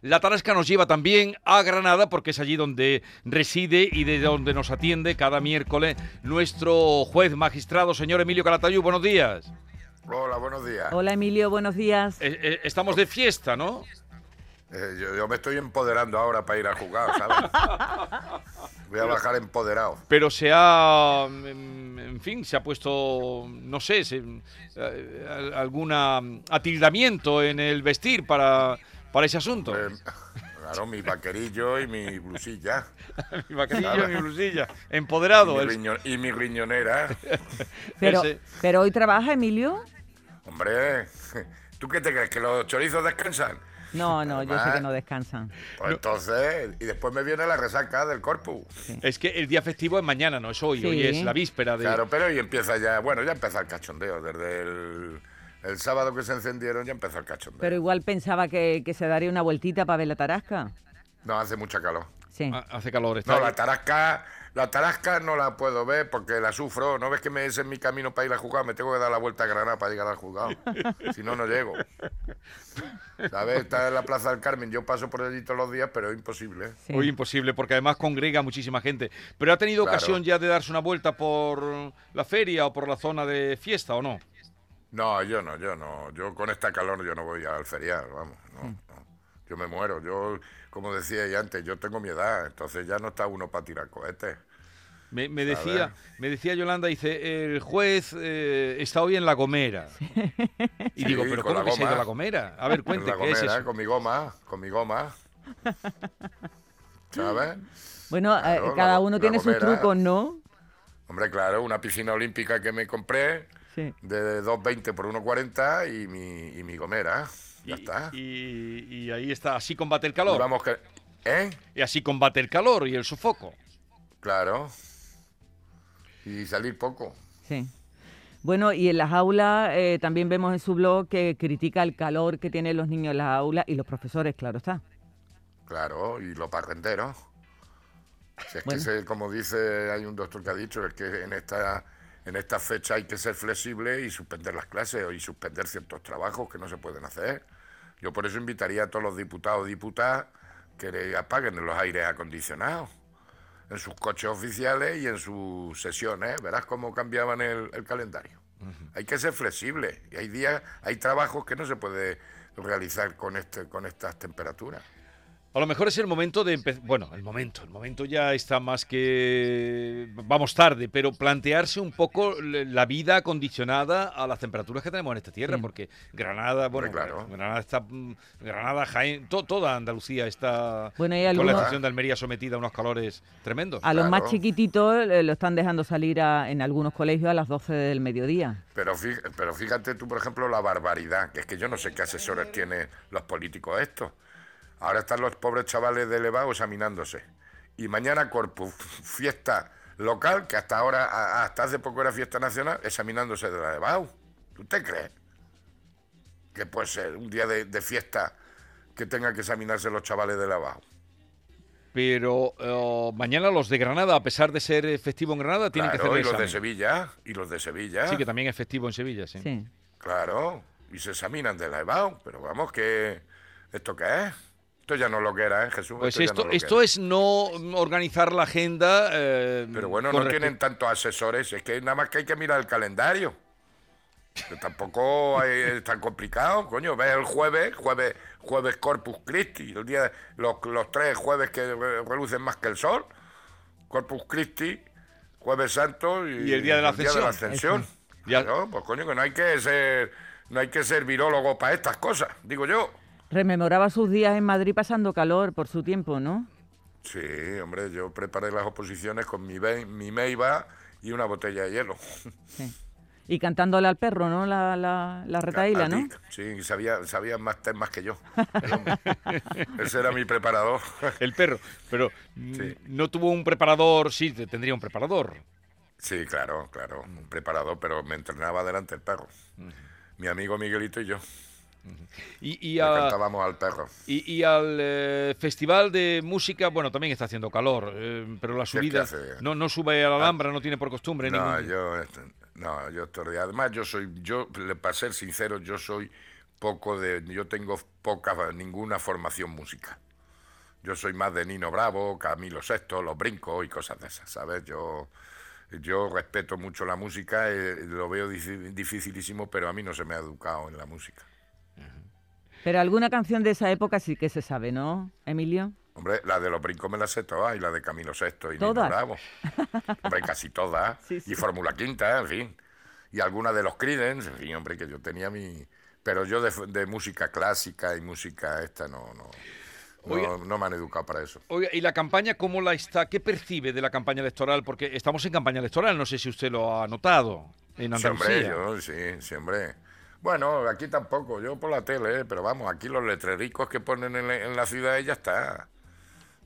La Tarasca nos lleva también a Granada porque es allí donde reside y de donde nos atiende cada miércoles nuestro juez magistrado, señor Emilio Calatayud. Buenos días. Hola, buenos días. Hola Emilio, buenos días. E, Eh, eh, estamos de fiesta, ¿no? Eh, yo, yo me estoy empoderando ahora para ir a jugar, ¿sabes? Voy a bajar empoderado. Pero se ha, en en fin, se ha puesto, no sé, se- eh, al- alguna mm, atildamiento en el vestir para, para ese asunto. Eh, claro, mi vaquerillo y mi blusilla. mi vaquerillo, nada. mi blusilla, Y empoderado. mi, el- riño- y mi riñonera. Pero, ese- pero hoy trabaja Emilio. Hombre, ¿tú qué te crees? ¿Que los chorizos descansan? No, no, yo sé Además- que no descansan. Pues entonces, y después me viene la resaca del corpus. Es que el día festivo es mañana, no es hoy. Sí. Hoy es la víspera de... Claro, pero y empieza ya, bueno, ya empieza el cachondeo. Desde el, el sábado que se encendieron ya empezó el cachondeo. Pero igual pensaba que, que se daría una vueltita para ver la tarasca. No, hace mucha calor. Sí. Ah, Hace calor, está No, la tarasca, la tarasca no la puedo ver porque la sufro. ¿No ves que me es en mi camino para ir a juzgado? Me tengo que dar la vuelta a Granada para llegar al juzgado. si no, no llego. ¿Sabes? Está en la Plaza del Carmen. Yo paso por allí todos los días, pero es imposible. sí. Hoy imposible, porque además congrega muchísima gente. Pero ha tenido Claro. ocasión ya de darse una vuelta por la feria o por la zona de fiesta, ¿o no? No, yo no, yo no. Yo con esta calor yo no voy al ferial, vamos. No, Mm. no. Yo me muero. Yo, como decía ya antes, yo tengo mi edad. Entonces ya no está uno para tirar cohetes. Me, me ver. decía, me decía Yolanda, dice, el juez eh, está hoy en La Gomera. Y Sí, digo, ¿pero con cómo la que se ha ido a goma. La Gomera? A ver, cuente, la ¿qué es gomera, ¿eh? eso? con mi goma, con mi goma. ¿Sabes? Bueno, eh, Claro, la cada go- uno la tiene sus gomera. trucos, ¿no? Hombre, claro, una piscina olímpica que me compré Sí. de 2,20 por 1,40 y mi, y mi gomera. Ya está. Y, y- y ahí está, así combate el Y calor. vamos que. ¿Eh? Y así combate el calor y el sofoco. Claro. Y salir poco. Sí. Bueno, y en las aulas eh, también vemos en su blog que critica el calor que tienen los niños en las aulas y los profesores, claro está. Claro, y los parrenderos. Si es Bueno. que, se- como dice, hay un doctor que ha dicho, es que en esta, en esta fecha hay que ser flexible y suspender las clases y suspender ciertos trabajos que no se pueden hacer. Yo por eso invitaría a todos los diputados y diputadas que le apaguen los aires acondicionados en sus coches oficiales y en sus sesiones. Verás cómo cambiaban el, el calendario. Hay que ser flexible. Y hay días, hay trabajos que no se puede realizar con, este, con estas temperaturas. A lo mejor es el momento de empezar. Bueno, el momento, el momento ya está más que. Vamos tarde, pero plantearse un poco l- la vida acondicionada a las temperaturas que tenemos en esta tierra, Sí. porque Granada, bueno, Mm. Hombre, claro. Granada está. mm, Granada, Jaén, to- toda Andalucía está. Bueno, y con la algunos- excepción de Almería sometida a unos calores tremendos. A los más Claro. chiquititos eh, lo están dejando salir a- en algunos colegios a las 12 del mediodía. Pero fíjate, pero fíjate tú, por ejemplo, la barbaridad, que es que yo no sé qué asesores tienen los políticos estos. Ahora están los pobres chavales de elevado examinándose. Y mañana Corpus, fiesta local, que hasta ahora, a- hasta hace poco era fiesta nacional, examinándose de la elevado. ¿Tú te crees? Que puede ser un día de, de fiesta que tengan que examinarse los chavales de elevado. Pero eh, mañana los de Granada, a pesar de ser eh, festivo en Granada, tienen que Claro, hacer el y los de examen. Sevilla, ¿eh? y los de Sevilla. Sí, que también es festivo en Sevilla, sí. Sí. Claro, y se examinan de la EBAU, pero vamos, que ¿esto qué es? Esto ya no lo que era, ¿eh, Jesús? Pues ya no esto, lo que esto era. es no mm, organizar la agenda. eh, Pero bueno, con no respe- tienen tantos asesores, es que nada más que hay que mirar el calendario. Que tampoco hay- eh, es tan complicado, coño, ves el jueves, jueves, jueves Corpus Christi, el día, los, los tres jueves que re- relucen más que el sol, Corpus Christi, Jueves Santo y, Y el día de la Ascensión. Ascensión. Y al- Claro, pues coño, que no hay que ser, no hay que ser virólogo para estas cosas, digo yo. Rememoraba sus días en Madrid pasando calor por su tiempo, ¿no? Sí, hombre, yo preparé las oposiciones con mi, be- mi meiba y una botella de hielo. Sí. Y cantándole al perro, ¿no? La, la, la retaíla, A ¿no? Dick, Sí, sabía, sabía más temas que yo. El hombre. Ese era mi preparador. El perro. Pero mm, Sí. no tuvo un preparador, sí, te- tendría un preparador. Sí, claro, claro, un preparador, pero me entrenaba delante el perro. Mi amigo Miguelito y yo Y, y ah, le a- cantábamos al perro. y- y al eh, festival de música, bueno, también está haciendo calor, eh, pero la Sí, es que subida hace- no, no sube a la Alhambra, no tiene por costumbre Ah. No, ningún- yo, este, no, yo estos días- Además, yo soy, yo, le- para ser sincero, yo soy poco de. Yo tengo poca, ninguna formación música. Yo soy más de Nino Bravo, Camilo VI, Los Brincos y cosas de esas, ¿sabes? Yo, yo respeto mucho la música, eh, lo veo difi- dificilísimo, pero a mí no se me ha educado en la música. Pero alguna canción de esa época sí que se sabe, ¿no, Emilio? Hombre, la de Los Brincos me la sé todas y la de Camilo VI y ¿Todas? Nino Bravo. Hombre, casi todas. Sí, sí. Y Fórmula Quinta, en fin. Y alguna de los Creedence, en fin, hombre, que yo tenía mi... Pero yo de, de música clásica y música esta no, no, no- Oiga. no me han educado para eso. Oiga, ¿y la campaña cómo la está? ¿Qué percibe de la campaña electoral? Porque estamos en campaña electoral, no sé si usted lo ha notado en Sí, Andalucía. hombre, yo, sí, sí, hombre. Bueno, aquí tampoco, yo por la tele, ¿eh? pero vamos, aquí los letrericos que ponen en, la- en la ciudad y ya está.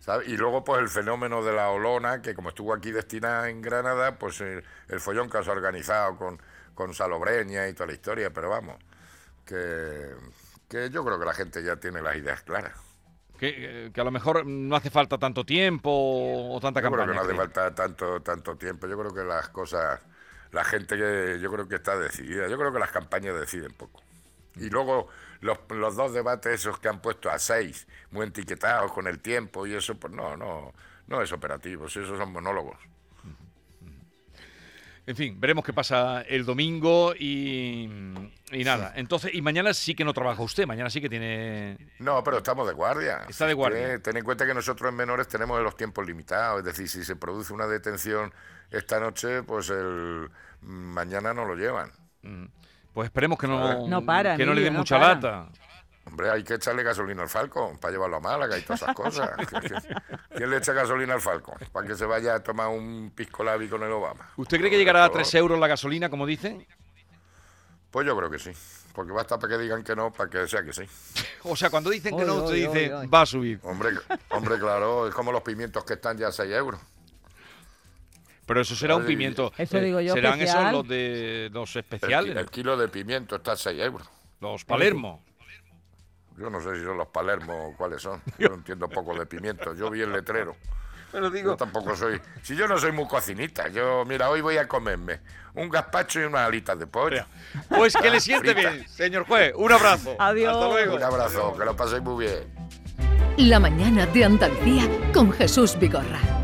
¿sabes? Y luego, pues el fenómeno de la Olona, que como estuvo aquí destinada en Granada, pues el, el follón que has organizado con, con Salobreña y toda la historia, pero vamos, que, que yo creo que la gente ya tiene las ideas claras. Que, que a lo mejor no hace falta tanto tiempo o, o tanta Yo creo campaña. que no hace ¿cree? falta tanto, tanto tiempo, yo creo que las cosas, la gente que yo creo que está decidida, yo creo que las campañas deciden poco. Mm. Y luego los, los dos debates esos que han puesto a seis, muy etiquetados con el tiempo y eso, pues no, no, no es operativo, si esos son monólogos. En fin, veremos qué pasa el domingo y, y nada. Entonces, y mañana sí que no trabaja usted, mañana sí que tiene... No, pero estamos de guardia. Está de guardia. Ten, ten en cuenta que nosotros en menores tenemos los tiempos limitados. Es decir, si se produce una detención esta noche, pues el mañana no lo llevan. Pues esperemos que no, No para, que no le Emilio, den no mucha para. lata. Hombre, hay que echarle gasolina al Falcon para llevarlo a Málaga y todas esas cosas. ¿Quién le echa gasolina al Falcon? Para que se vaya a tomar un pisco labi con el Obama. ¿Usted cree que Por llegará a favor. 3 euros la gasolina, como dicen? Pues yo creo que sí. Porque basta para que digan que no, para que sea que sí. O sea, cuando dicen que Oy, no, usted oy, dice, oy, oy. va a subir. Hombre, hombre, claro, es como los pimientos que están ya a 6 euros. Pero eso será un Ay, pimiento. Eh, Eso digo yo, Serán esos especial. los de los El, especiales, ki- el kilo de pimiento está a 6 euros. los Palermo. Yo no sé si son los Palermo o cuáles son. Yo entiendo poco de pimiento. Yo vi el letrero. Pero Yo tampoco soy. Si yo no soy muy cocinita, yo, mira, hoy voy a comerme un gazpacho y unas alitas de pollo. Pues que le siente Frita. bien, señor juez. Un abrazo. Adiós. Hasta luego. Un abrazo, que lo paséis muy bien. La mañana de Andalucía con Jesús Vigorra.